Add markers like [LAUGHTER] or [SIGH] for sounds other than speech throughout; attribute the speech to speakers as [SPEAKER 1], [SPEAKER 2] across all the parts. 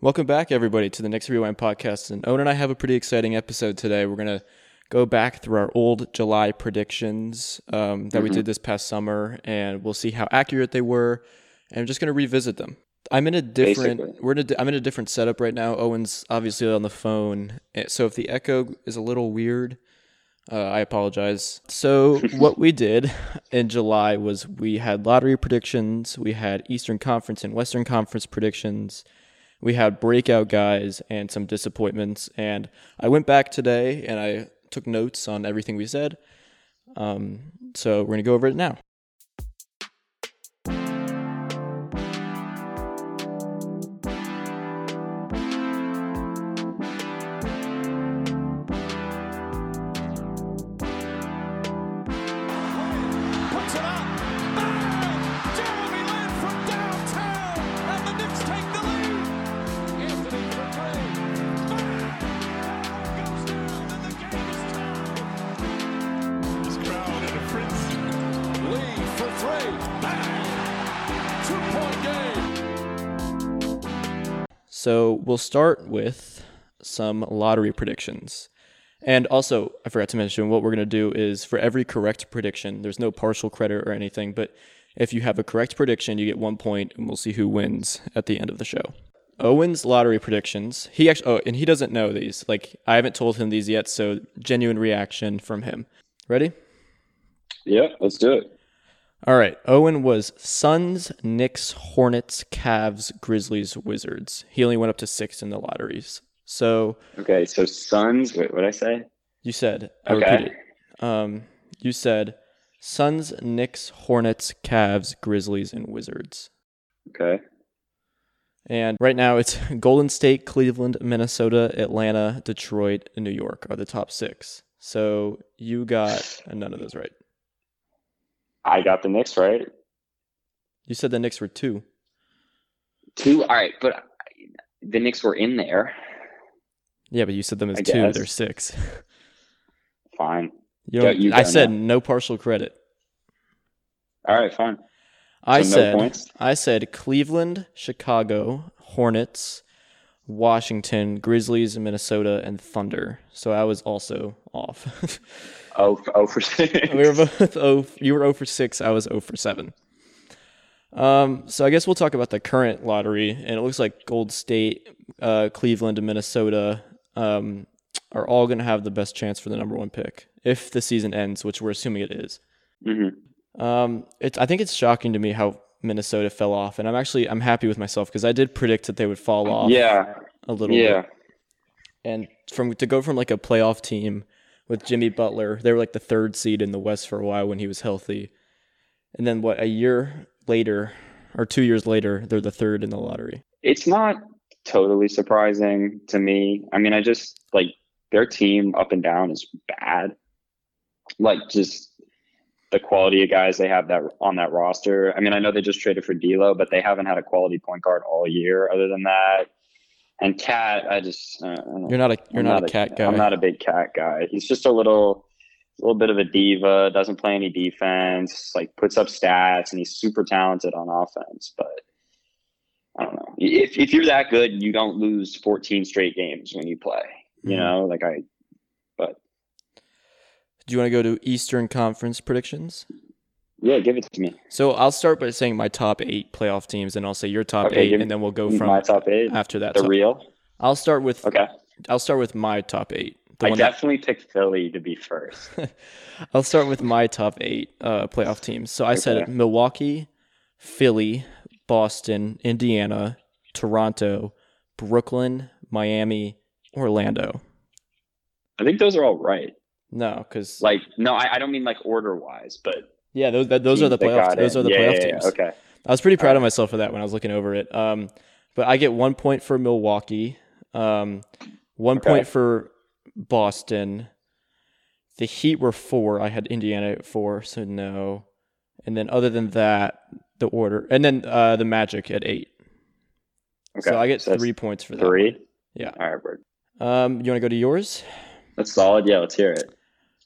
[SPEAKER 1] Welcome back, everybody, to the Next Rewind podcast. And Owen and I have a pretty exciting episode today. We're going to go back through our old July predictions um, that we did this past summer, and we'll see how accurate they were. And I'm just going to revisit them. I'm in a different.
[SPEAKER 2] Basically.
[SPEAKER 1] We're in a, di- I'm in a different setup right now. Owen's obviously on the phone, eh, so if the echo is a little weird, uh, I apologize. So what we did in July was we had lottery predictions, we had Eastern Conference and Western Conference predictions, we had breakout guys and some disappointments. And I went back today and I took notes on everything we said. Um, so we're gonna go over it now.
[SPEAKER 3] puts it up. Bang! Jeremy Lin from downtown, and the Knicks take the lead. Anthony for three. Bang! Goes down, and the game is tied. Lee for three. Bang! Two-point game.
[SPEAKER 1] So we'll start with some lottery predictions. And also, I forgot to mention what we're going to do is for every correct prediction, there's no partial credit or anything, but if you have a correct prediction, you get one point and we'll see who wins at the end of the show. Owen's lottery predictions. He actually Oh, and he doesn't know these. Like I haven't told him these yet, so genuine reaction from him. Ready?
[SPEAKER 2] Yeah, let's do it.
[SPEAKER 1] All right. Owen was Suns, Knicks, Hornets, Cavs, Grizzlies, Wizards. He only went up to 6 in the lotteries. So,
[SPEAKER 2] Okay, so Suns. Wait, what did I say?
[SPEAKER 1] You said, I
[SPEAKER 2] Okay.
[SPEAKER 1] repeat it. Um, you said Suns, Knicks, Hornets, Cavs, Grizzlies, and Wizards.
[SPEAKER 2] Okay.
[SPEAKER 1] And right now it's [LAUGHS] Golden State, Cleveland, Minnesota, Atlanta, Detroit, and New York are the top six. So you got uh, none of those right.
[SPEAKER 2] I got the Knicks right.
[SPEAKER 1] You said the Knicks were two.
[SPEAKER 2] Two. All right, but I- the Knicks were in there.
[SPEAKER 1] Yeah, but you said them as
[SPEAKER 2] I
[SPEAKER 1] two.
[SPEAKER 2] guess.
[SPEAKER 1] They're six. [LAUGHS]
[SPEAKER 2] Fine.
[SPEAKER 1] You
[SPEAKER 2] Yeah,
[SPEAKER 1] don't-
[SPEAKER 2] you
[SPEAKER 1] I
[SPEAKER 2] got
[SPEAKER 1] said
[SPEAKER 2] no.
[SPEAKER 1] no partial credit.
[SPEAKER 2] All right, fine.
[SPEAKER 1] I
[SPEAKER 2] So no
[SPEAKER 1] said
[SPEAKER 2] points?
[SPEAKER 1] I said Cleveland, Chicago, Hornets, Washington, Grizzlies, Minnesota, and Thunder. So I was also off. [LAUGHS]
[SPEAKER 2] Oh, f- oh for six.
[SPEAKER 1] we were both [LAUGHS] oh you were 0 for 6, I was 0 for 7. Um so I guess we'll talk about the current lottery and it looks like Gold State, uh Cleveland and Minnesota um are all going to have the best chance for the number 1 pick if the season ends, which we're assuming it is.
[SPEAKER 2] Mhm.
[SPEAKER 1] Um, it's I think it's shocking to me how Minnesota fell off, and I'm actually I'm happy with myself because I did predict that they would fall off
[SPEAKER 2] [LAUGHS] Yeah.
[SPEAKER 1] a little
[SPEAKER 2] Yeah.
[SPEAKER 1] bit. And from to go from like a playoff team with Jimmy Butler, they were like the third seed in the West for a while when he was healthy, and then what a year later or two years later they're the third in the lottery.
[SPEAKER 2] It's not totally surprising to me. I mean, I just like their team up and down is bad. Like just the quality of guys they have that on that roster. I mean, I know they just traded for D'Lo, but they haven't had a quality point guard all year. Other than that, and Cat, I just uh, I don't know.
[SPEAKER 1] You're not a you're
[SPEAKER 2] I'm
[SPEAKER 1] not, a cat guy.
[SPEAKER 2] I'm not a big cat guy. He's just a little, a little bit of a diva. Doesn't play any defense. Like puts up stats, and he's super talented on offense. But I don't know. If if you're that good, you don't lose 14 straight games when you play. You
[SPEAKER 1] Mhm.
[SPEAKER 2] know, like I.
[SPEAKER 1] Do you want to go to Eastern Conference predictions?
[SPEAKER 2] Yeah, give it to me.
[SPEAKER 1] So I'll start by saying my top eight playoff teams, and I'll say your top
[SPEAKER 2] Okay,
[SPEAKER 1] eight,
[SPEAKER 2] give me-
[SPEAKER 1] and then we'll go from
[SPEAKER 2] My top eight.
[SPEAKER 1] after that.
[SPEAKER 2] the
[SPEAKER 1] So
[SPEAKER 2] real.
[SPEAKER 1] I'll start with
[SPEAKER 2] Okay.
[SPEAKER 1] I'll start with my top eight. The
[SPEAKER 2] I
[SPEAKER 1] one that-
[SPEAKER 2] definitely picked Philly to be first.
[SPEAKER 1] I'll start with my top eight uh, playoff teams. So I said
[SPEAKER 2] Okay.
[SPEAKER 1] Milwaukee, Philly, Boston, Indiana, Toronto, Brooklyn, Miami, Orlando.
[SPEAKER 2] I think those are all right.
[SPEAKER 1] No, because
[SPEAKER 2] Like, no, I, I don't mean like order wise, but
[SPEAKER 1] yeah, those that, those are
[SPEAKER 2] teams
[SPEAKER 1] the
[SPEAKER 2] that
[SPEAKER 1] playoff
[SPEAKER 2] got
[SPEAKER 1] those
[SPEAKER 2] in.
[SPEAKER 1] are the
[SPEAKER 2] Yeah,
[SPEAKER 1] playoff
[SPEAKER 2] yeah, yeah,
[SPEAKER 1] teams.
[SPEAKER 2] Okay.
[SPEAKER 1] I was pretty proud
[SPEAKER 2] Uh,
[SPEAKER 1] of myself for that when I was looking over it. Um, but I get one point for Milwaukee, um, one
[SPEAKER 2] Okay.
[SPEAKER 1] point for Boston. The Heat were four. I had Indiana at four, so no. And then other than that, the order, and then uh, the Magic at eight.
[SPEAKER 2] Okay.
[SPEAKER 1] So I get
[SPEAKER 2] that's
[SPEAKER 1] three points for that.
[SPEAKER 2] Three.
[SPEAKER 1] Yeah.
[SPEAKER 2] All right, word.
[SPEAKER 1] Um, you want to go to yours?
[SPEAKER 2] That's solid. Yeah, let's hear it.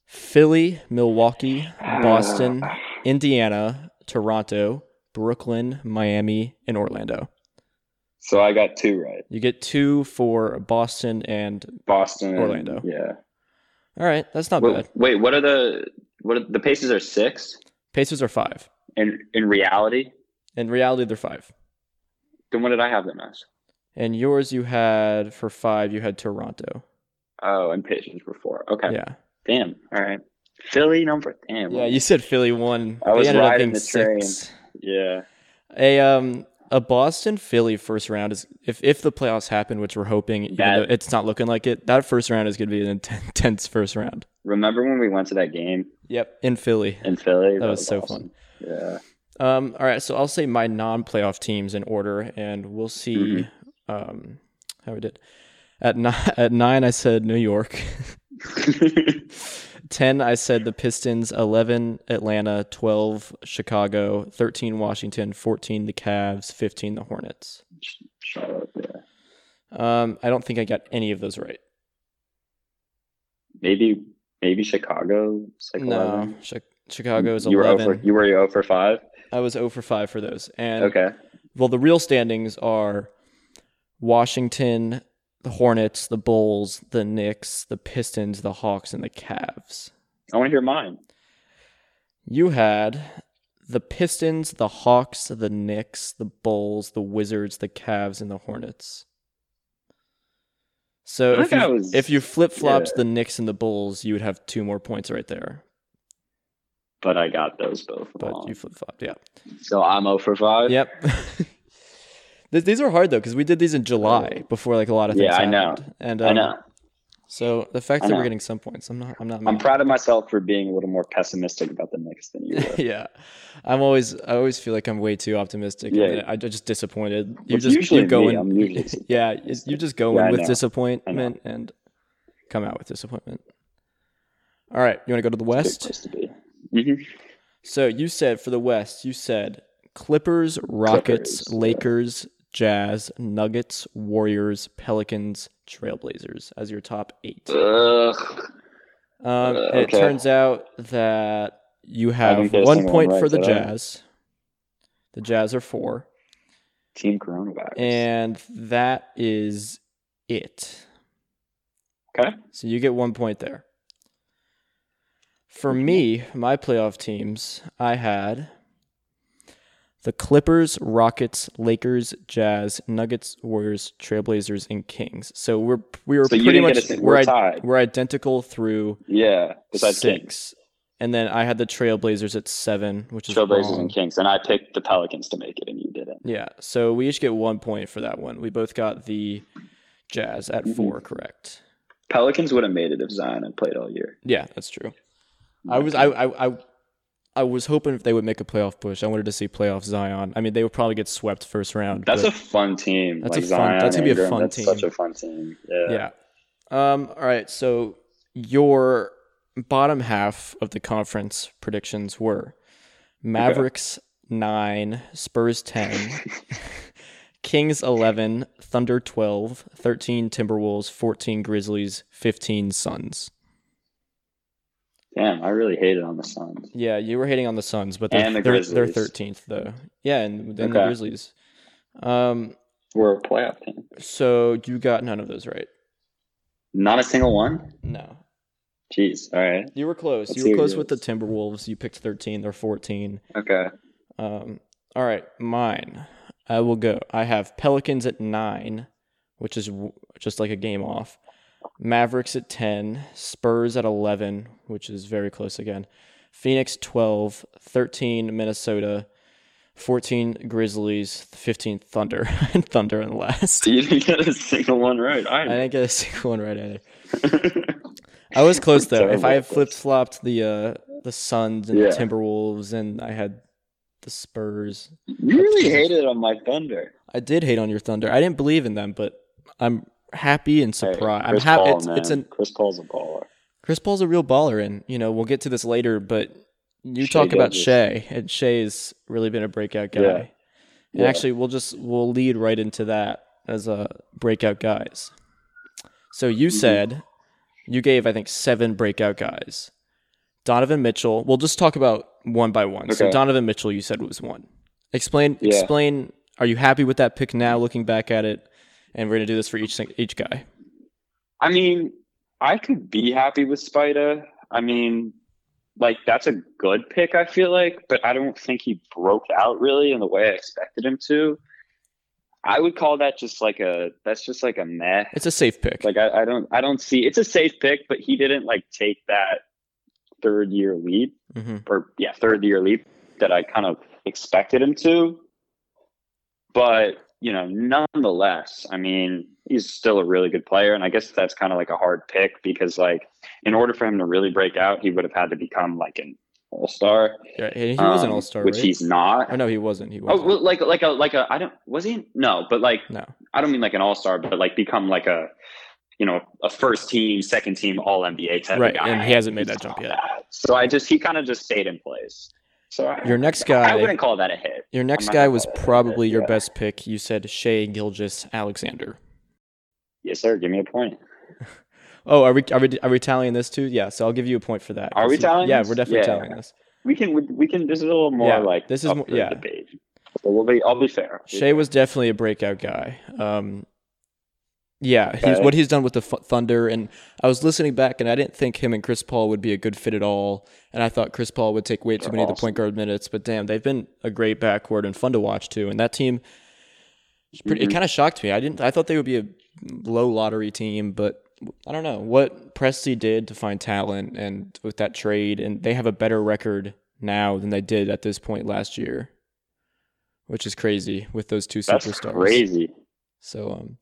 [SPEAKER 1] Philly, Milwaukee, Boston,
[SPEAKER 2] Uh.
[SPEAKER 1] Indiana, Toronto, Brooklyn, Miami, and Orlando.
[SPEAKER 2] So I got two right.
[SPEAKER 1] You get two for Boston and
[SPEAKER 2] Boston, and-
[SPEAKER 1] Orlando.
[SPEAKER 2] Yeah.
[SPEAKER 1] all right, that's not
[SPEAKER 2] Wait,
[SPEAKER 1] bad.
[SPEAKER 2] wait, what are the what are, the paces are six
[SPEAKER 1] Pacers are five.
[SPEAKER 2] in in reality?
[SPEAKER 1] In reality, they're five.
[SPEAKER 2] Then what did I have them as?
[SPEAKER 1] And yours, you had for five, you had Toronto.
[SPEAKER 2] Oh, and Pacers were four. Okay.
[SPEAKER 1] Yeah,
[SPEAKER 2] Damn. All right. Philly number. Damn.
[SPEAKER 1] yeah. You said Philly won.
[SPEAKER 2] I was
[SPEAKER 1] they ended up
[SPEAKER 2] riding
[SPEAKER 1] being
[SPEAKER 2] the train.
[SPEAKER 1] six.
[SPEAKER 2] yeah.
[SPEAKER 1] A um a Boston Philly first round is if if the playoffs happen, which we're hoping, even
[SPEAKER 2] That-
[SPEAKER 1] though it's not looking like it. That first round is going to be an inten- [LAUGHS] intense first round.
[SPEAKER 2] Remember when we went to that game
[SPEAKER 1] Yep, in Philly.
[SPEAKER 2] in Philly?
[SPEAKER 1] That was so
[SPEAKER 2] awesome. Yeah. [LAUGHS]
[SPEAKER 1] Um, all right, so I'll say my non-playoff teams in order, and we'll see
[SPEAKER 2] Mhm.
[SPEAKER 1] um, how we did. At nine, at nine, I said New York. Ten, I said the Pistons. Eleven, Atlanta. Twelve, Chicago. Thirteen, Washington. Fourteen, the Cavs. Fifteen, the Hornets.
[SPEAKER 2] Shut up. Yeah.
[SPEAKER 1] Um, I don't think I got any of those right.
[SPEAKER 2] Maybe maybe Chicago. It's like
[SPEAKER 1] No,
[SPEAKER 2] 11.
[SPEAKER 1] Chi- Chicago is
[SPEAKER 2] you were
[SPEAKER 1] 11.
[SPEAKER 2] over. You were zero for five.
[SPEAKER 1] I was 0 for 5 for those. And
[SPEAKER 2] Okay.
[SPEAKER 1] well, the real standings are Washington, the Hornets, the Bulls, the Knicks, the Pistons, the Hawks, and the Cavs.
[SPEAKER 2] I want to hear mine.
[SPEAKER 1] You had the Pistons, the Hawks, the Knicks, the Bulls, the Wizards, the Cavs, and the Hornets. So
[SPEAKER 2] I
[SPEAKER 1] if
[SPEAKER 2] think I
[SPEAKER 1] you,
[SPEAKER 2] was-
[SPEAKER 1] if you flip flopped
[SPEAKER 2] yeah.
[SPEAKER 1] the Knicks and the Bulls, you would have two more points right there.
[SPEAKER 2] But I got those both
[SPEAKER 1] But
[SPEAKER 2] wrong.
[SPEAKER 1] you flip flopped, yeah.
[SPEAKER 2] So I'm zero for five.
[SPEAKER 1] Yep. [LAUGHS] Th- these are hard though because we did these in July before like a lot of things.
[SPEAKER 2] Oh. Yeah, I know.
[SPEAKER 1] happened. And um,
[SPEAKER 2] I know.
[SPEAKER 1] So the fact
[SPEAKER 2] I
[SPEAKER 1] that
[SPEAKER 2] know.
[SPEAKER 1] we're getting some points, I'm not. I'm not.
[SPEAKER 2] I'm
[SPEAKER 1] mad.
[SPEAKER 2] proud of myself for being a little more pessimistic about the Knicks
[SPEAKER 1] [LAUGHS]
[SPEAKER 2] than you were.
[SPEAKER 1] yeah, I'm always. I always feel like I'm way too optimistic.
[SPEAKER 2] Yeah.
[SPEAKER 1] Yeah. I ju- just disappointed. You're
[SPEAKER 2] It's
[SPEAKER 1] just
[SPEAKER 2] usually
[SPEAKER 1] you're going.
[SPEAKER 2] me. I'm usually
[SPEAKER 1] [LAUGHS] yeah, it's- you're just going
[SPEAKER 2] Yeah, I
[SPEAKER 1] with
[SPEAKER 2] know.
[SPEAKER 1] disappointment and come out with disappointment. All right, you want to go to the
[SPEAKER 2] Good
[SPEAKER 1] West?
[SPEAKER 2] place to be. Mhm.
[SPEAKER 1] So you said for the West, you said Clippers, Rockets,
[SPEAKER 2] Clippers, yeah.
[SPEAKER 1] Lakers, Jazz, Nuggets, Warriors, Pelicans, Trailblazers as your top eight.
[SPEAKER 2] Mm-hmm. Ugh.
[SPEAKER 1] Um,
[SPEAKER 2] Uh,
[SPEAKER 1] It
[SPEAKER 2] okay.
[SPEAKER 1] turns out that you have
[SPEAKER 2] get a
[SPEAKER 1] one
[SPEAKER 2] single
[SPEAKER 1] point
[SPEAKER 2] right,
[SPEAKER 1] for the
[SPEAKER 2] did I?
[SPEAKER 1] Jazz. The Jazz are four,
[SPEAKER 2] Team coronavirus.
[SPEAKER 1] and that is it.
[SPEAKER 2] Okay.
[SPEAKER 1] So you get one point there. For me, my playoff teams, I had the Clippers, Rockets, Lakers, Jazz, Nuggets, Warriors, Trailblazers, and Kings. So we're we were
[SPEAKER 2] so you
[SPEAKER 1] pretty
[SPEAKER 2] didn't
[SPEAKER 1] much
[SPEAKER 2] get a single.
[SPEAKER 1] we're,
[SPEAKER 2] We're
[SPEAKER 1] i-
[SPEAKER 2] tied.
[SPEAKER 1] we're identical through
[SPEAKER 2] Yeah. Besides Kings.
[SPEAKER 1] six. And then I had the Trailblazers at seven, which is
[SPEAKER 2] Trailblazers
[SPEAKER 1] wrong.
[SPEAKER 2] and Kings, and I picked the Pelicans to make it, and you didn't.
[SPEAKER 1] Yeah. So we each get one point for that one. We both got the Jazz at
[SPEAKER 2] Mhm.
[SPEAKER 1] four, correct?
[SPEAKER 2] Pelicans would have made it if Zion had played all year.
[SPEAKER 1] Yeah, that's true. I was I, I I I was hoping if they would make a playoff push. I wanted to see playoff Zion. I mean, they would probably get swept first round.
[SPEAKER 2] That's a
[SPEAKER 1] but-
[SPEAKER 2] fun team.
[SPEAKER 1] That's
[SPEAKER 2] like
[SPEAKER 1] a fun-
[SPEAKER 2] Zion,
[SPEAKER 1] that's gonna be a
[SPEAKER 2] Ingram,
[SPEAKER 1] fun
[SPEAKER 2] that's
[SPEAKER 1] team.
[SPEAKER 2] Such a fun team. Yeah.
[SPEAKER 1] yeah. Um. All right. So your bottom half of the conference predictions were Mavericks nine, Spurs
[SPEAKER 2] [LAUGHS]
[SPEAKER 1] ten, Kings eleven, Thunder 12, 13 Timberwolves, fourteen Grizzlies, fifteen Suns.
[SPEAKER 2] Damn, I really hated on the Suns.
[SPEAKER 1] Yeah, you were hating on the Suns, but they're
[SPEAKER 2] And the
[SPEAKER 1] they're, they're
[SPEAKER 2] Grizzlies.
[SPEAKER 1] 13th though. Yeah, and then the
[SPEAKER 2] Okay.
[SPEAKER 1] Grizzlies. Um.
[SPEAKER 2] We're a playoff team.
[SPEAKER 1] So you got none of those right.
[SPEAKER 2] Not a single one.
[SPEAKER 1] No,
[SPEAKER 2] Jeez. All right.
[SPEAKER 1] you were close.
[SPEAKER 2] Let's
[SPEAKER 1] you
[SPEAKER 2] hear
[SPEAKER 1] were close with the
[SPEAKER 2] yours.
[SPEAKER 1] Timberwolves. You picked 13. They're 14.
[SPEAKER 2] Okay.
[SPEAKER 1] Um, all right, mine. I will go. I have Pelicans at nine, which is w- just like a game off. Mavericks at ten, Spurs at eleven, which is very close again. Phoenix 12, 13 Minnesota, 14 Grizzlies, 15 Thunder, [LAUGHS] and Thunder in last.
[SPEAKER 2] [LAUGHS] So you didn't get a single one right.
[SPEAKER 1] I
[SPEAKER 2] I.
[SPEAKER 1] didn't get a single one right either. I was close though. If I had
[SPEAKER 2] Terrible.
[SPEAKER 1] flip flopped the uh, the Suns and
[SPEAKER 2] Yeah.
[SPEAKER 1] the Timberwolves, and I had the Spurs,
[SPEAKER 2] You really hated on my Thunder.
[SPEAKER 1] I did hate on your Thunder. I didn't believe in them, but I'm happy and
[SPEAKER 2] Hey,
[SPEAKER 1] surprised. I'm
[SPEAKER 2] Chris
[SPEAKER 1] happy.
[SPEAKER 2] Paul,
[SPEAKER 1] It's,
[SPEAKER 2] man.
[SPEAKER 1] it's an
[SPEAKER 2] Chris Paul's a baller.
[SPEAKER 1] Chris Paul's a real baller, and you know we'll get to this later. But you
[SPEAKER 2] Shai
[SPEAKER 1] talk about
[SPEAKER 2] Gilgeous.
[SPEAKER 1] Shea, and Shea's really been a breakout guy.
[SPEAKER 2] Yeah.
[SPEAKER 1] And
[SPEAKER 2] Yeah.
[SPEAKER 1] actually, we'll just we'll lead right into that as a breakout guys. So you
[SPEAKER 2] Mhm.
[SPEAKER 1] said you gave I think seven breakout guys. Donovan Mitchell. We'll just talk about one by one. So
[SPEAKER 2] Okay.
[SPEAKER 1] Donovan Mitchell, you said was one. Explain
[SPEAKER 2] Yeah.
[SPEAKER 1] explain Are you happy with that pick now, looking back at it? And we're gonna do this for each sing- each guy.
[SPEAKER 2] I mean, I could be happy with Spida. I mean, like that's a good pick. I feel like, but I don't think he broke out really in the way I expected him to. I would call that just like a that's just like a meh.
[SPEAKER 1] It's a safe pick.
[SPEAKER 2] Like I, I don't I don't see it's a safe pick, but he didn't like take that third year leap
[SPEAKER 1] hmm
[SPEAKER 2] or yeah third year leap that I kind of expected him to. But you know, nonetheless, I mean, he's still a really good player, and I guess that's kind of like a hard pick because like in order for him to really break out, he would have had to become like an all star.
[SPEAKER 1] Yeah, and he was an all star,
[SPEAKER 2] Um, which
[SPEAKER 1] right?
[SPEAKER 2] he's not.
[SPEAKER 1] Oh no, he wasn't. He
[SPEAKER 2] Oh,
[SPEAKER 1] wasn't.
[SPEAKER 2] well, like like a like a I don't was he no, but like
[SPEAKER 1] No.
[SPEAKER 2] I don't mean like an all star, but like become like a you know a first team, second team, all NBA type of
[SPEAKER 1] Right,
[SPEAKER 2] guy.
[SPEAKER 1] and he hasn't made
[SPEAKER 2] He's
[SPEAKER 1] that jump
[SPEAKER 2] not
[SPEAKER 1] yet.
[SPEAKER 2] that. So I just he kind of just stayed in place. So I,
[SPEAKER 1] Your next
[SPEAKER 2] I
[SPEAKER 1] guy.
[SPEAKER 2] wouldn't call that a hit.
[SPEAKER 1] Your next
[SPEAKER 2] not
[SPEAKER 1] guy
[SPEAKER 2] gonna
[SPEAKER 1] was
[SPEAKER 2] call it a
[SPEAKER 1] probably
[SPEAKER 2] hit,
[SPEAKER 1] your
[SPEAKER 2] yeah.
[SPEAKER 1] best pick. You said Shea Gilgis Alexander.
[SPEAKER 2] Yes, sir. Give me a point.
[SPEAKER 1] Oh, are we are we are we tallying this too? Yeah, so I'll give you a point for that.
[SPEAKER 2] Are we
[SPEAKER 1] So-
[SPEAKER 2] tallying
[SPEAKER 1] Yeah,
[SPEAKER 2] this?
[SPEAKER 1] we're definitely
[SPEAKER 2] Yeah.
[SPEAKER 1] tallying this.
[SPEAKER 2] We can we, we can. This is a little more
[SPEAKER 1] Yeah,
[SPEAKER 2] like
[SPEAKER 1] this is
[SPEAKER 2] up
[SPEAKER 1] more-
[SPEAKER 2] for
[SPEAKER 1] yeah.
[SPEAKER 2] debate. But we'll be. I'll be fair. I'll be
[SPEAKER 1] Shea
[SPEAKER 2] fair.
[SPEAKER 1] was definitely a breakout guy. Um, yeah, he's
[SPEAKER 2] Okay.
[SPEAKER 1] what he's done with the F- Thunder, and I was listening back, and I didn't think him and Chris Paul would be a good fit at all, and I thought Chris Paul would take way too
[SPEAKER 2] They're
[SPEAKER 1] many of the
[SPEAKER 2] awesome.
[SPEAKER 1] point guard minutes. But damn, they've been a great backcourt and fun to watch too. And that team, is pretty, it kind of shocked me. I didn't. I thought they would be a low lottery team, but I don't know what Presti did to find talent, and with that trade, and they have a better record now than they did at this point last year, which is crazy with those two
[SPEAKER 2] That's
[SPEAKER 1] superstars.
[SPEAKER 2] crazy.
[SPEAKER 1] So um,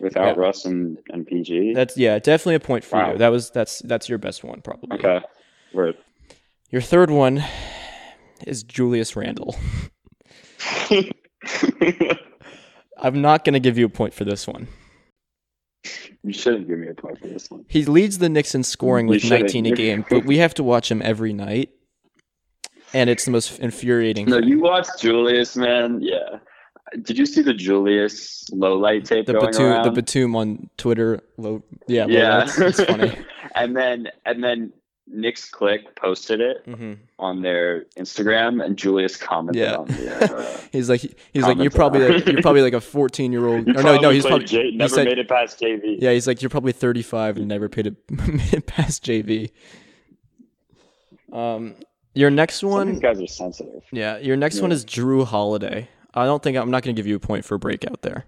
[SPEAKER 2] Without
[SPEAKER 1] Yeah.
[SPEAKER 2] Russ and, and PG.
[SPEAKER 1] that's yeah, definitely a point for
[SPEAKER 2] Wow.
[SPEAKER 1] you. That was that's that's your best one probably.
[SPEAKER 2] okay. [LAUGHS] Word.
[SPEAKER 1] Your third one is Julius Randle. I'm not gonna give you a point for this one.
[SPEAKER 2] you shouldn't give me a point for this one.
[SPEAKER 1] He leads the Knicks in scoring
[SPEAKER 2] You
[SPEAKER 1] with
[SPEAKER 2] shouldn't.
[SPEAKER 1] 19 a game, but we have to watch him every night, and it's the most infuriating.
[SPEAKER 2] No,
[SPEAKER 1] thing.
[SPEAKER 2] you watched Julius, man. Yeah. Did you see the Julius low light tape
[SPEAKER 1] the
[SPEAKER 2] going
[SPEAKER 1] Batum,
[SPEAKER 2] around?
[SPEAKER 1] the Batum on Twitter. Low, yeah,
[SPEAKER 2] yeah,
[SPEAKER 1] yeah, it's
[SPEAKER 2] [LAUGHS]
[SPEAKER 1] funny.
[SPEAKER 2] and then and then Nick's Click posted it
[SPEAKER 1] hmm
[SPEAKER 2] on their Instagram, and Julius commented
[SPEAKER 1] Yeah.
[SPEAKER 2] on
[SPEAKER 1] [LAUGHS]
[SPEAKER 2] it. Uh,
[SPEAKER 1] He's like, he's like, you're
[SPEAKER 2] Comments
[SPEAKER 1] probably,
[SPEAKER 2] on
[SPEAKER 1] like,
[SPEAKER 2] it.
[SPEAKER 1] you're probably like a 14 year old.
[SPEAKER 2] [LAUGHS] you
[SPEAKER 1] Or no, no,
[SPEAKER 2] probably
[SPEAKER 1] he's
[SPEAKER 2] played
[SPEAKER 1] probably
[SPEAKER 2] J-
[SPEAKER 1] he
[SPEAKER 2] never
[SPEAKER 1] said-
[SPEAKER 2] made it past JV.
[SPEAKER 1] Yeah, he's like, you're probably 35 and never paid a [LAUGHS] minute past JV. Um, your next
[SPEAKER 2] Some of
[SPEAKER 1] one,
[SPEAKER 2] these guys are sensitive.
[SPEAKER 1] yeah, your next one
[SPEAKER 2] Yeah.
[SPEAKER 1] is Drew Holiday. I don't think I'm not going to give you a point for a breakout there.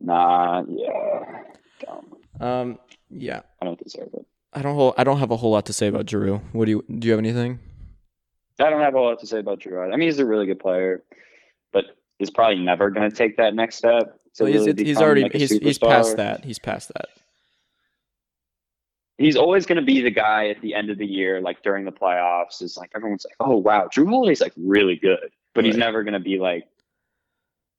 [SPEAKER 2] Nah, yeah, dumb.
[SPEAKER 1] Um, yeah,
[SPEAKER 2] I don't deserve it.
[SPEAKER 1] I don't whole, I don't have a whole lot to say about Drew. What do you do? You have anything?
[SPEAKER 2] I don't have a lot to say about Drew. I mean, he's a really good player, but he's probably never going to take that next step. To
[SPEAKER 1] Well, he's,
[SPEAKER 2] really
[SPEAKER 1] he's
[SPEAKER 2] become,
[SPEAKER 1] already
[SPEAKER 2] like, a
[SPEAKER 1] he's, he's past
[SPEAKER 2] superstar.
[SPEAKER 1] that. He's past that.
[SPEAKER 2] He's always going to be the guy at the end of the year, like during the playoffs. Is like everyone's like, "Oh wow, Drew Holiday's like really good," but he's
[SPEAKER 1] Right.
[SPEAKER 2] never going to be like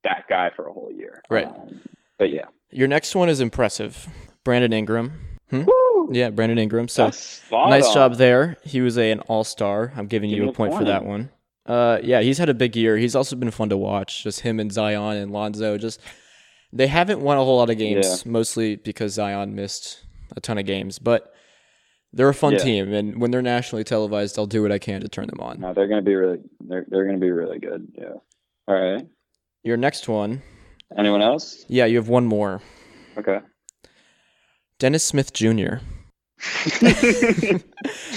[SPEAKER 2] that guy for a whole year.
[SPEAKER 1] Right.
[SPEAKER 2] Um, but yeah,
[SPEAKER 1] Your next one is impressive, Brandon Ingram. Hmm?
[SPEAKER 2] Woo!
[SPEAKER 1] Yeah, Brandon Ingram. So
[SPEAKER 2] That's spot
[SPEAKER 1] nice
[SPEAKER 2] on.
[SPEAKER 1] job there. He was a, an all star. I'm giving
[SPEAKER 2] Give
[SPEAKER 1] you
[SPEAKER 2] me
[SPEAKER 1] a
[SPEAKER 2] a
[SPEAKER 1] point, for
[SPEAKER 2] point.
[SPEAKER 1] that one. Uh, yeah, he's had a big year. He's also been fun to watch. Just him and Zion and Lonzo. Just they haven't won a whole lot of games, mostly because Zion missed a ton of games. But they're a fun
[SPEAKER 2] Yeah.
[SPEAKER 1] team, and when they're nationally televised, I'll do what I can to turn them on.
[SPEAKER 2] No, they're going to be really. They're they're going to be really good. Yeah. All right.
[SPEAKER 1] Your next one,
[SPEAKER 2] Anyone else?
[SPEAKER 1] yeah, you have one more.
[SPEAKER 2] Okay. [LAUGHS]
[SPEAKER 1] Dennis Smith Jr. [LAUGHS]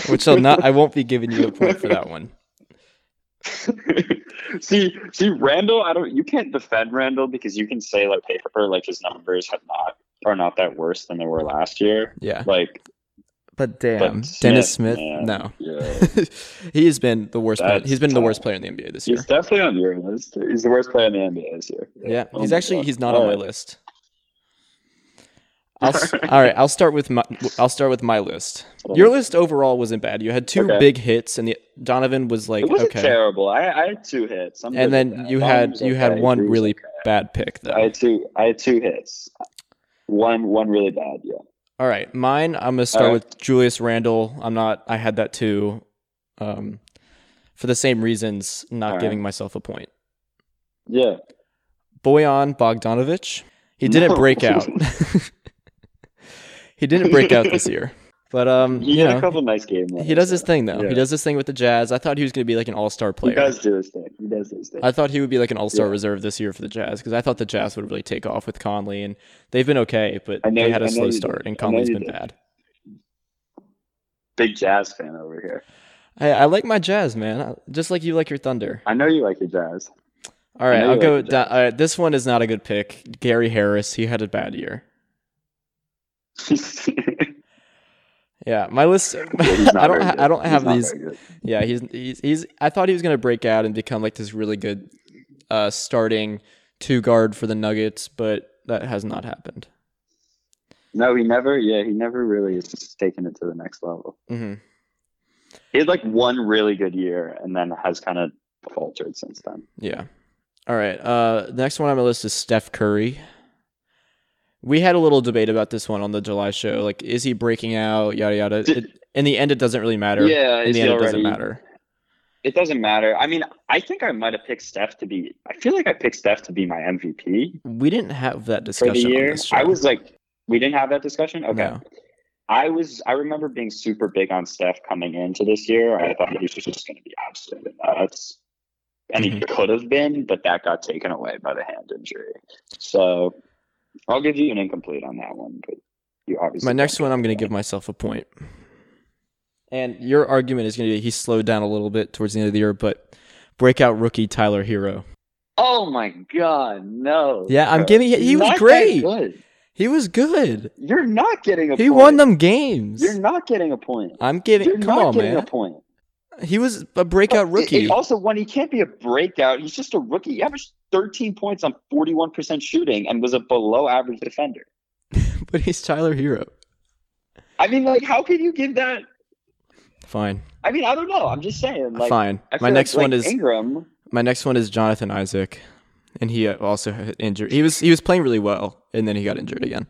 [SPEAKER 1] Which I'll not. I won't be giving you a point for that one.
[SPEAKER 2] see, see, Randall. I don't. You can't defend Randall because you can say like paper, like his numbers have not are not that worse than they were last year.
[SPEAKER 1] Yeah,
[SPEAKER 2] Like,
[SPEAKER 1] but damn,
[SPEAKER 2] Smith,
[SPEAKER 1] Dennis Smith.
[SPEAKER 2] man.
[SPEAKER 1] No, [LAUGHS]
[SPEAKER 2] yeah,
[SPEAKER 1] he has been the worst. Player.
[SPEAKER 2] That's
[SPEAKER 1] He's been the
[SPEAKER 2] tough.
[SPEAKER 1] worst player in the NBA this year.
[SPEAKER 2] he's definitely on your list. He's the worst player in the NBA this year.
[SPEAKER 1] yeah,
[SPEAKER 2] Oh
[SPEAKER 1] he's
[SPEAKER 2] my
[SPEAKER 1] actually
[SPEAKER 2] God.
[SPEAKER 1] he's not on my
[SPEAKER 2] Alright.
[SPEAKER 1] list. I'll,
[SPEAKER 2] [LAUGHS]
[SPEAKER 1] s- all right, I'll start with my I'll start with my list. Your list overall wasn't bad. You had two
[SPEAKER 2] Oh. Okay.
[SPEAKER 1] big hits, and the Donovan was like
[SPEAKER 2] It wasn't
[SPEAKER 1] okay,
[SPEAKER 2] terrible. I, I had two hits. I'm good
[SPEAKER 1] and
[SPEAKER 2] with
[SPEAKER 1] then
[SPEAKER 2] that.
[SPEAKER 1] you
[SPEAKER 2] Bottom
[SPEAKER 1] had
[SPEAKER 2] was
[SPEAKER 1] you had
[SPEAKER 2] okay.
[SPEAKER 1] one
[SPEAKER 2] Three was
[SPEAKER 1] really
[SPEAKER 2] okay.
[SPEAKER 1] bad pick though.
[SPEAKER 2] I had two. I had two hits. One, one really bad. Yeah.
[SPEAKER 1] All right, mine. I'm gonna start
[SPEAKER 2] Alright.
[SPEAKER 1] with Julius Randle. I'm not. I had that too, um, for the same reasons. Not
[SPEAKER 2] Alright.
[SPEAKER 1] giving myself a point.
[SPEAKER 2] Yeah.
[SPEAKER 1] Boyan Bogdanovich. He didn't
[SPEAKER 2] [LAUGHS]
[SPEAKER 1] [LAUGHS]
[SPEAKER 2] No.
[SPEAKER 1] break out. he didn't break out this year. But um,
[SPEAKER 2] He
[SPEAKER 1] you
[SPEAKER 2] had a
[SPEAKER 1] know,
[SPEAKER 2] couple nice games.
[SPEAKER 1] he does his thing though.
[SPEAKER 2] Yeah.
[SPEAKER 1] He does this thing with the Jazz. I thought he was going to be like an all-star
[SPEAKER 2] He
[SPEAKER 1] player.
[SPEAKER 2] does do his thing. He does his thing.
[SPEAKER 1] I thought he would be like an all-star
[SPEAKER 2] Yeah.
[SPEAKER 1] reserve this year for the Jazz because I thought the Jazz would really take off with Conley, and they've been okay, but
[SPEAKER 2] I know-
[SPEAKER 1] they had
[SPEAKER 2] I
[SPEAKER 1] a
[SPEAKER 2] know
[SPEAKER 1] slow
[SPEAKER 2] you
[SPEAKER 1] start, and
[SPEAKER 2] did. I know
[SPEAKER 1] Conley's
[SPEAKER 2] you
[SPEAKER 1] been
[SPEAKER 2] did.
[SPEAKER 1] bad.
[SPEAKER 2] Big Jazz fan over here.
[SPEAKER 1] I, I like my Jazz, man. I- Just like you like your Thunder.
[SPEAKER 2] I know you like the Jazz. [LAUGHS]
[SPEAKER 1] All right,
[SPEAKER 2] know
[SPEAKER 1] I'll
[SPEAKER 2] you
[SPEAKER 1] go.
[SPEAKER 2] like the
[SPEAKER 1] down, all right, this one is not a good pick. Gary Harris, he had a bad year. Yeah, my list.
[SPEAKER 2] [LAUGHS] He's
[SPEAKER 1] [LAUGHS]
[SPEAKER 2] not
[SPEAKER 1] I don't.
[SPEAKER 2] very
[SPEAKER 1] Ha-
[SPEAKER 2] good.
[SPEAKER 1] I don't
[SPEAKER 2] He's
[SPEAKER 1] have
[SPEAKER 2] not
[SPEAKER 1] these.
[SPEAKER 2] very good.
[SPEAKER 1] Yeah, he's he's he's. I thought he was gonna break out and become like this really good, uh, starting two guard for the Nuggets, but that has not happened.
[SPEAKER 2] No, he never. Yeah, he never really has taken it to the next level.
[SPEAKER 1] hmm
[SPEAKER 2] He had like one really good year, and then has kind of faltered since then.
[SPEAKER 1] Yeah. All right. Uh, the next one on my list is Steph Curry. We had a little debate about this one on the July show. Like, is he breaking out? Yada yada.
[SPEAKER 2] Did-
[SPEAKER 1] It- in the end, it doesn't really matter.
[SPEAKER 2] Yeah,
[SPEAKER 1] In
[SPEAKER 2] Uh, is
[SPEAKER 1] the
[SPEAKER 2] he
[SPEAKER 1] end, it doesn't
[SPEAKER 2] already-
[SPEAKER 1] matter.
[SPEAKER 2] It doesn't matter. I mean, I think I might have picked Steph to be. I feel like I picked Steph to be my MVP
[SPEAKER 1] We didn't have that
[SPEAKER 2] for the
[SPEAKER 1] discussion on
[SPEAKER 2] year.
[SPEAKER 1] this show.
[SPEAKER 2] I was like, we didn't have that discussion. Okay.
[SPEAKER 1] No.
[SPEAKER 2] I was I remember being super big on Steph coming into this year. I thought he was just going to be absolutely nuts, and he
[SPEAKER 1] Mm-hmm.
[SPEAKER 2] could have been, but that got taken away by the hand injury. So I'll give you an incomplete on that one, but you obviously
[SPEAKER 1] My next one, I'm going to give myself a point. And your argument is going to be he slowed down a little bit towards the end of the year, but breakout rookie Tyler Hero.
[SPEAKER 2] Oh my God, no!
[SPEAKER 1] Yeah, I'm
[SPEAKER 2] bro.
[SPEAKER 1] giving- he- he was
[SPEAKER 2] Not that
[SPEAKER 1] great.
[SPEAKER 2] good.
[SPEAKER 1] He was good.
[SPEAKER 2] You're not getting a.
[SPEAKER 1] He
[SPEAKER 2] point.
[SPEAKER 1] won them games.
[SPEAKER 2] You're not getting a point.
[SPEAKER 1] I'm giving.
[SPEAKER 2] You're
[SPEAKER 1] come
[SPEAKER 2] not
[SPEAKER 1] on,
[SPEAKER 2] getting
[SPEAKER 1] man.
[SPEAKER 2] a point.
[SPEAKER 1] He was a breakout
[SPEAKER 2] But it-
[SPEAKER 1] rookie.
[SPEAKER 2] it also, when he can't be a breakout, he's just a rookie. He averaged 13 points on 41% shooting and was a below average defender.
[SPEAKER 1] [LAUGHS] but he's Tyler Hero.
[SPEAKER 2] I mean, like, how can you give that?
[SPEAKER 1] Fine,
[SPEAKER 2] I mean, I don't know. I'm just saying. Like,
[SPEAKER 1] fine.
[SPEAKER 2] I feel
[SPEAKER 1] My
[SPEAKER 2] like-
[SPEAKER 1] next
[SPEAKER 2] like
[SPEAKER 1] one is
[SPEAKER 2] Ingram.
[SPEAKER 1] my next one is Jonathan Isaac, and he uh, also had injured. He was he was playing really well, and then he got injured again.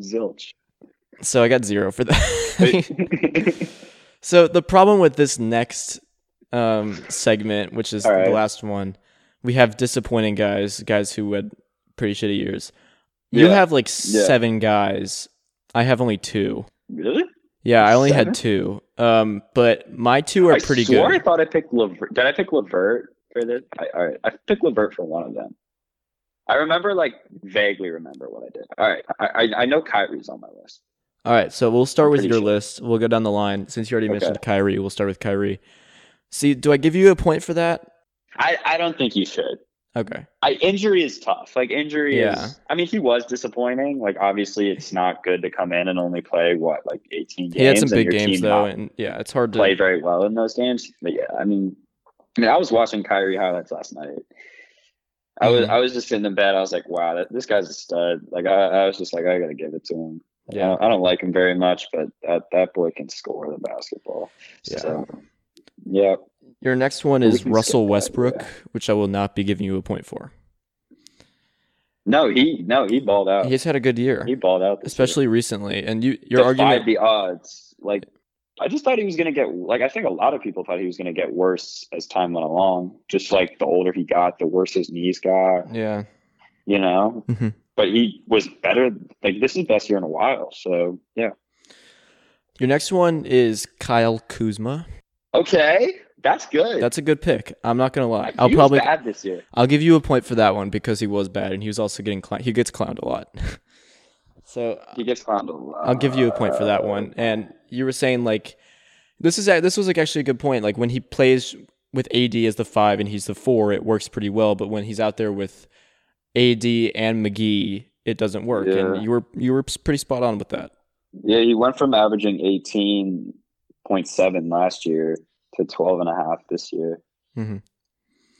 [SPEAKER 2] Zilch. [LAUGHS]
[SPEAKER 1] So I got zero for that. [LAUGHS] so the problem with this next um, segment, which is
[SPEAKER 2] All right.
[SPEAKER 1] the last one, we have disappointing guys, guys who had pretty shitty years. You
[SPEAKER 2] Yeah.
[SPEAKER 1] have like
[SPEAKER 2] Yeah.
[SPEAKER 1] seven guys. I have only two.
[SPEAKER 2] really?
[SPEAKER 1] Yeah, I only
[SPEAKER 2] Seven?
[SPEAKER 1] had two. Um, but my two are pretty
[SPEAKER 2] I swore
[SPEAKER 1] good.
[SPEAKER 2] I thought I picked Levert. Did I pick Levert for this? I, all right, I picked Levert for one of them. I remember, like, vaguely remember what I did. All right, I I, I know Kyrie's on my list.
[SPEAKER 1] All right, so we'll start
[SPEAKER 2] I'm
[SPEAKER 1] with
[SPEAKER 2] pretty
[SPEAKER 1] your
[SPEAKER 2] sure.
[SPEAKER 1] list. We'll go down the line. Since you already
[SPEAKER 2] Okay.
[SPEAKER 1] mentioned Kyrie, we'll start with Kyrie. See, do I give you a point for that?
[SPEAKER 2] I I don't think you should.
[SPEAKER 1] Okay.
[SPEAKER 2] I injury is tough. Like injury
[SPEAKER 1] Yeah.
[SPEAKER 2] is. I mean, he was disappointing. Like obviously, it's not good to come in and only play what like eighteen games.
[SPEAKER 1] He had some
[SPEAKER 2] and
[SPEAKER 1] big
[SPEAKER 2] your
[SPEAKER 1] games
[SPEAKER 2] team
[SPEAKER 1] though,
[SPEAKER 2] not
[SPEAKER 1] and yeah, it's hard to
[SPEAKER 2] play very well in those games. But yeah, I mean, I mean, I was watching Kyrie highlights last night. I was
[SPEAKER 1] Mhm.
[SPEAKER 2] I was just sitting in bed. I was like, wow, that, this guy's a stud. Like I, I was just like, I gotta give it to him. Yeah, I
[SPEAKER 1] Yeah.
[SPEAKER 2] don't, I don't like him very much, but that that boy can score the basketball.
[SPEAKER 1] Yeah.
[SPEAKER 2] So, yeah.
[SPEAKER 1] Your next one
[SPEAKER 2] We
[SPEAKER 1] is
[SPEAKER 2] can skip
[SPEAKER 1] Russell
[SPEAKER 2] that,
[SPEAKER 1] Westbrook,
[SPEAKER 2] yeah.
[SPEAKER 1] which I will not be giving you a point for.
[SPEAKER 2] No, he no he balled out.
[SPEAKER 1] He's had a good year,
[SPEAKER 2] Oh. he balled out. this year.
[SPEAKER 1] especially recently. And you, your
[SPEAKER 2] defied
[SPEAKER 1] argument,
[SPEAKER 2] the odds. Like I just thought he was gonna get like I think a lot of people thought he was gonna get worse as time went along. Just like the older he got, the worse his knees got,
[SPEAKER 1] yeah,
[SPEAKER 2] you know.
[SPEAKER 1] Mhm.
[SPEAKER 2] But he was better like this is best year in a while. So yeah.
[SPEAKER 1] your next one is Kyle Kuzma.
[SPEAKER 2] Okay. That's good.
[SPEAKER 1] That's a good pick. I'm not gonna lie.
[SPEAKER 2] He
[SPEAKER 1] I'll
[SPEAKER 2] was
[SPEAKER 1] probably,
[SPEAKER 2] bad this year.
[SPEAKER 1] I'll give you a point for that one because he was bad, and he was also getting clown. He gets clowned a lot. [LAUGHS] so
[SPEAKER 2] He gets clowned a lot.
[SPEAKER 1] I'll give you a point for that one. And you were saying like this is a- this was like actually a good point. Like when he plays with AD as the five and he's the four, it works pretty well. But when he's out there with AD and McGee, it doesn't work.
[SPEAKER 2] Yeah.
[SPEAKER 1] And you were you were pretty spot on with that.
[SPEAKER 2] Yeah, he went from averaging eighteen point seven last year to twelve and a half this year.
[SPEAKER 1] Mhm.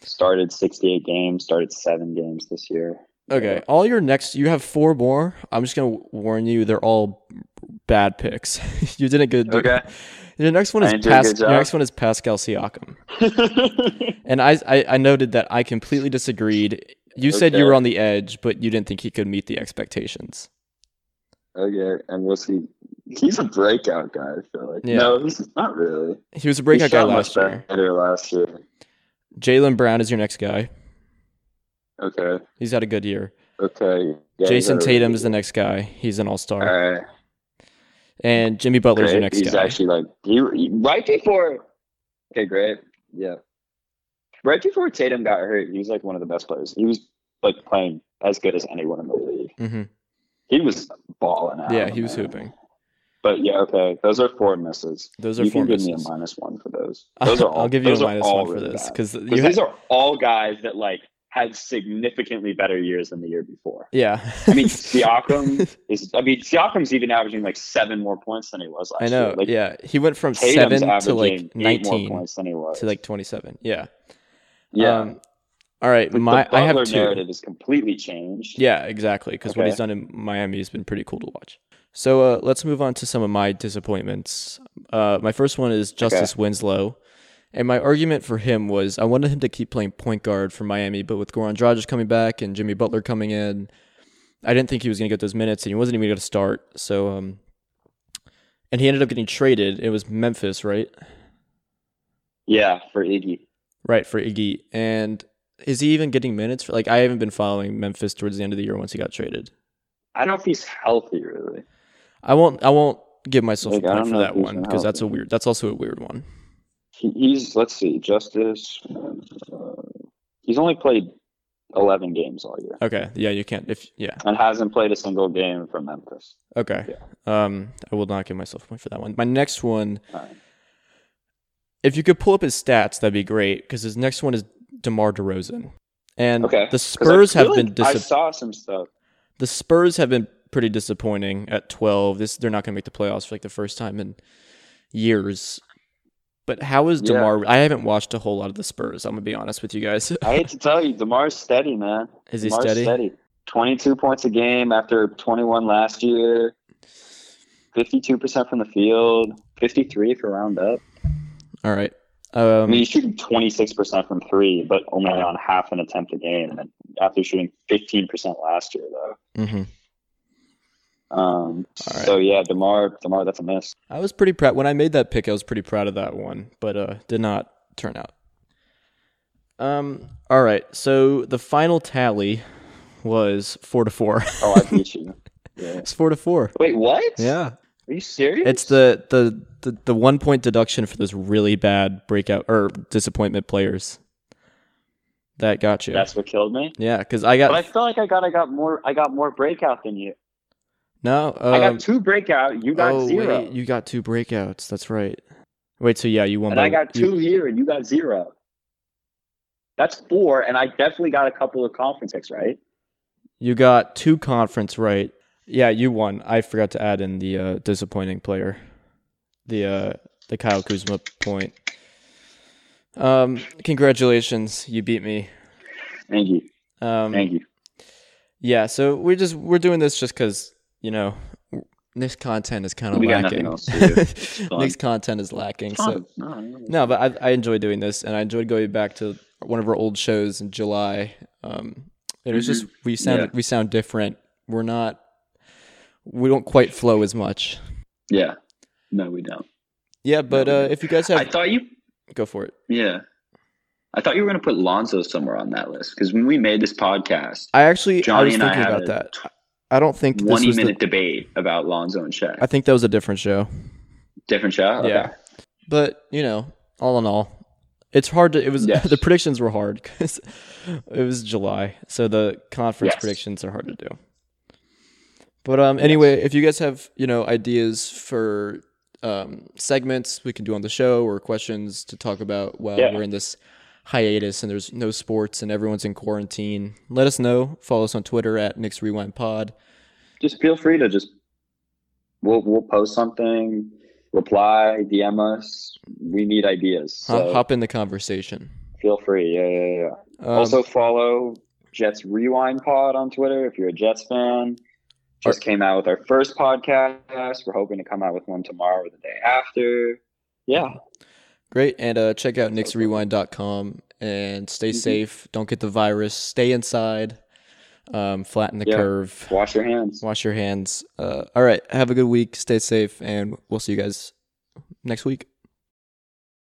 [SPEAKER 2] Started sixty eight games, started seven games this year.
[SPEAKER 1] Okay, all your next you have four more. I'm just gonna warn you, they're all bad picks. [LAUGHS] you didn't get
[SPEAKER 2] Okay.
[SPEAKER 1] Your next one
[SPEAKER 2] I
[SPEAKER 1] is
[SPEAKER 2] didn't do a
[SPEAKER 1] Pas-
[SPEAKER 2] good
[SPEAKER 1] your
[SPEAKER 2] job.
[SPEAKER 1] next one is Pascal Siakam. And I, I, I noted that I completely disagreed. You said you
[SPEAKER 2] Okay.
[SPEAKER 1] were on the edge, but you didn't think he could meet the expectations.
[SPEAKER 2] [LAUGHS] okay, and was he? He's a breakout guy. I feel like
[SPEAKER 1] Yeah.
[SPEAKER 2] no, he's not really.
[SPEAKER 1] He was a breakout
[SPEAKER 2] He
[SPEAKER 1] guy
[SPEAKER 2] shot
[SPEAKER 1] last
[SPEAKER 2] much
[SPEAKER 1] year.
[SPEAKER 2] Better last year.
[SPEAKER 1] Jalen Brown is your next guy.
[SPEAKER 2] Okay,
[SPEAKER 1] He's had a good year.
[SPEAKER 2] okay. Yeah, he's
[SPEAKER 1] Jason
[SPEAKER 2] not
[SPEAKER 1] Tatum
[SPEAKER 2] really-
[SPEAKER 1] is the next guy. He's an all star.
[SPEAKER 2] All right.
[SPEAKER 1] And Jimmy Butler's your
[SPEAKER 2] Great.
[SPEAKER 1] next
[SPEAKER 2] He's
[SPEAKER 1] guy.
[SPEAKER 2] actually like he, he- right before. Okay, great. Yeah, right before Tatum got hurt, he was like one of the best players. He was like playing as good as anyone in the league.
[SPEAKER 1] hmm
[SPEAKER 2] He was balling out.
[SPEAKER 1] Yeah, he was
[SPEAKER 2] man.
[SPEAKER 1] hooping. [LAUGHS]
[SPEAKER 2] But yeah, okay, those are four misses.
[SPEAKER 1] Those are
[SPEAKER 2] you
[SPEAKER 1] four
[SPEAKER 2] can give
[SPEAKER 1] misses.
[SPEAKER 2] me a minus one
[SPEAKER 1] [LAUGHS]
[SPEAKER 2] for those. Those are all,
[SPEAKER 1] I'll give you a
[SPEAKER 2] those are
[SPEAKER 1] minus
[SPEAKER 2] all
[SPEAKER 1] one for
[SPEAKER 2] really
[SPEAKER 1] this
[SPEAKER 2] bad.
[SPEAKER 1] because
[SPEAKER 2] 'Cause
[SPEAKER 1] you ha-
[SPEAKER 2] these are all guys that like had significantly better years than the year before.
[SPEAKER 1] [LAUGHS] yeah. [LAUGHS]
[SPEAKER 2] I mean, Siakam is. I mean, Siakam's even averaging like seven more points than he was last
[SPEAKER 1] I know.
[SPEAKER 2] year. Like,
[SPEAKER 1] yeah, he went from seven
[SPEAKER 2] Tatum's
[SPEAKER 1] to
[SPEAKER 2] averaging
[SPEAKER 1] like
[SPEAKER 2] eight more
[SPEAKER 1] nineteen
[SPEAKER 2] points than he was.
[SPEAKER 1] to like twenty-seven. Yeah.
[SPEAKER 2] yeah.
[SPEAKER 1] Um, all right,
[SPEAKER 2] Like,
[SPEAKER 1] my
[SPEAKER 2] the
[SPEAKER 1] I have
[SPEAKER 2] Butler
[SPEAKER 1] two.
[SPEAKER 2] narrative is completely changed.
[SPEAKER 1] Yeah, exactly. Because what
[SPEAKER 2] Okay.
[SPEAKER 1] he's done in Miami has been pretty cool to watch. So uh, let's move on to some of my disappointments. Uh, my first one is Justice Winslow. And my argument for him was I wanted him to keep playing point guard for Miami, but with Goran Dragic coming back and Jimmy Butler coming in, I didn't think he was going to get those minutes, and he wasn't even going to start. So, um, and he ended up getting traded. It was Memphis, right?
[SPEAKER 2] Yeah, for Iggy.
[SPEAKER 1] Right for Iggy. And is he even getting minutes? For, like I haven't been following Memphis towards the end of the year once he got traded.
[SPEAKER 2] I don't know if he's healthy really.
[SPEAKER 1] I won't. I won't give myself
[SPEAKER 2] Like,
[SPEAKER 1] a
[SPEAKER 2] I
[SPEAKER 1] point
[SPEAKER 2] don't
[SPEAKER 1] for
[SPEAKER 2] know
[SPEAKER 1] that
[SPEAKER 2] if he's
[SPEAKER 1] one
[SPEAKER 2] gonna
[SPEAKER 1] because
[SPEAKER 2] help
[SPEAKER 1] that's a
[SPEAKER 2] you.
[SPEAKER 1] weird. That's also a weird one.
[SPEAKER 2] He, he's let's see, Justice. uh, he's only played eleven games all year
[SPEAKER 1] Okay. Yeah, you can't. If yeah.
[SPEAKER 2] and hasn't played a single game for Memphis.
[SPEAKER 1] Okay. Um, I will not give myself a point for that one. My next one.
[SPEAKER 2] Alright.
[SPEAKER 1] If you could pull up his stats, that'd be great because his next one is Demar Derozan, and
[SPEAKER 2] Okay. 'Cause I
[SPEAKER 1] the Spurs have
[SPEAKER 2] feel
[SPEAKER 1] been
[SPEAKER 2] like
[SPEAKER 1] dis-
[SPEAKER 2] I saw some stuff.
[SPEAKER 1] the Spurs have been pretty disappointing at 12. This they're not going to make the playoffs for like the first time in years. But how is
[SPEAKER 2] Yeah.
[SPEAKER 1] Demar? I haven't watched a whole lot of the Spurs. I'm gonna be honest with you guys. [LAUGHS]
[SPEAKER 2] I hate to tell you, Demar's steady, man.
[SPEAKER 1] Is he
[SPEAKER 2] DeMar's
[SPEAKER 1] steady?
[SPEAKER 2] Twenty-two points a game after twenty-one last year. Fifty-two percent from the field. Fifty-three if you round up.
[SPEAKER 1] All right.
[SPEAKER 2] I
[SPEAKER 1] Um,
[SPEAKER 2] mean, he's shooting twenty-six percent from three, but only on half an attempt a game. And after shooting fifteen percent last year, though.
[SPEAKER 1] mhm.
[SPEAKER 2] Um,
[SPEAKER 1] All right.
[SPEAKER 2] So yeah, Demar, Demar, that's a miss.
[SPEAKER 1] I was pretty proud when I made that pick. I was pretty proud of that one, but uh, did not turn out. Um. All right. So the final tally was four to four. [LAUGHS]
[SPEAKER 2] Oh, I beat you. Yeah.
[SPEAKER 1] it's four to four.
[SPEAKER 2] Wait, what?
[SPEAKER 1] Yeah.
[SPEAKER 2] Are you serious?
[SPEAKER 1] It's the the the, the one point deduction for those really bad breakout or disappointment players. That got you.
[SPEAKER 2] that's what killed me.
[SPEAKER 1] yeah, because I got
[SPEAKER 2] But I feel like I got, I got more, I got more breakout than you.
[SPEAKER 1] no. Um,
[SPEAKER 2] I got two breakout. You got
[SPEAKER 1] oh,
[SPEAKER 2] zero.
[SPEAKER 1] Wait, you got two breakouts. That's right. Wait. So yeah, you won.
[SPEAKER 2] and
[SPEAKER 1] by,
[SPEAKER 2] I got
[SPEAKER 1] you-
[SPEAKER 2] two here, and you got zero. That's four, and I definitely got a couple of conference picks, right?
[SPEAKER 1] You got two conference right. Yeah, you won. I forgot to add in the uh, disappointing player, the uh, the Kyle Kuzma point. Um, congratulations, you beat me.
[SPEAKER 2] Thank you,
[SPEAKER 1] Um,
[SPEAKER 2] thank you.
[SPEAKER 1] Yeah, so we're just we're doing this just because you know Nick's content is kind of
[SPEAKER 2] We got
[SPEAKER 1] lacking.
[SPEAKER 2] nothing else to
[SPEAKER 1] [LAUGHS]
[SPEAKER 2] do. fun.
[SPEAKER 1] Nick's content is lacking. So
[SPEAKER 2] Fun. No, no, no.
[SPEAKER 1] no, but I I enjoy doing this, and I enjoyed going back to one of our old shows in July. Um, it was just we sound
[SPEAKER 2] Mm-hmm. Yeah.
[SPEAKER 1] we sound different. We're not we don't quite flow as much.
[SPEAKER 2] Yeah, no, we don't.
[SPEAKER 1] Yeah, but
[SPEAKER 2] No, we
[SPEAKER 1] uh,
[SPEAKER 2] don't.
[SPEAKER 1] if you guys
[SPEAKER 2] I
[SPEAKER 1] have,
[SPEAKER 2] thought you.
[SPEAKER 1] go for it.
[SPEAKER 2] Yeah, I thought you were gonna put Lonzo somewhere on that list because when we made this podcast,
[SPEAKER 1] I actually I
[SPEAKER 2] Johnny
[SPEAKER 1] was
[SPEAKER 2] and I
[SPEAKER 1] thinking
[SPEAKER 2] had
[SPEAKER 1] about
[SPEAKER 2] a
[SPEAKER 1] that. I don't think this was.
[SPEAKER 2] twenty-minute
[SPEAKER 1] The,
[SPEAKER 2] debate about Lonzo and Shaq.
[SPEAKER 1] I think that was a different show.
[SPEAKER 2] Different shot.
[SPEAKER 1] Yeah. But you know, all in all, it's hard to. It was [LAUGHS]
[SPEAKER 2] Yes.
[SPEAKER 1] the predictions were hard because it was July, so the conference
[SPEAKER 2] Yes.
[SPEAKER 1] predictions are hard to do. But um, anyway, if you guys have you know ideas for um segments we can do on the show or questions to talk about while
[SPEAKER 2] Yeah.
[SPEAKER 1] we're in this hiatus and there's no sports and everyone's in quarantine, let us know. Follow us on Twitter at Nick's Rewind Pod.
[SPEAKER 2] Just feel free to just. We'll we'll post something, reply, DM us. We need ideas.
[SPEAKER 1] Hop-
[SPEAKER 2] So
[SPEAKER 1] Hop in the conversation.
[SPEAKER 2] feel free. Yeah, yeah, yeah.
[SPEAKER 1] Um,
[SPEAKER 2] also follow Jets Rewind Pod on Twitter if you're a Jets fan. Just came out with our first podcast. We're hoping to come out with one tomorrow or the day after. Yeah.
[SPEAKER 1] Great. And uh, check out nicksrewind.com and stay
[SPEAKER 2] Mhm.
[SPEAKER 1] safe. Don't get the virus. Stay inside. Um, flatten the
[SPEAKER 2] Yeah.
[SPEAKER 1] curve.
[SPEAKER 2] Wash your hands.
[SPEAKER 1] Wash your hands. Uh, all right. Have a good week. Stay safe. And we'll see you guys next week.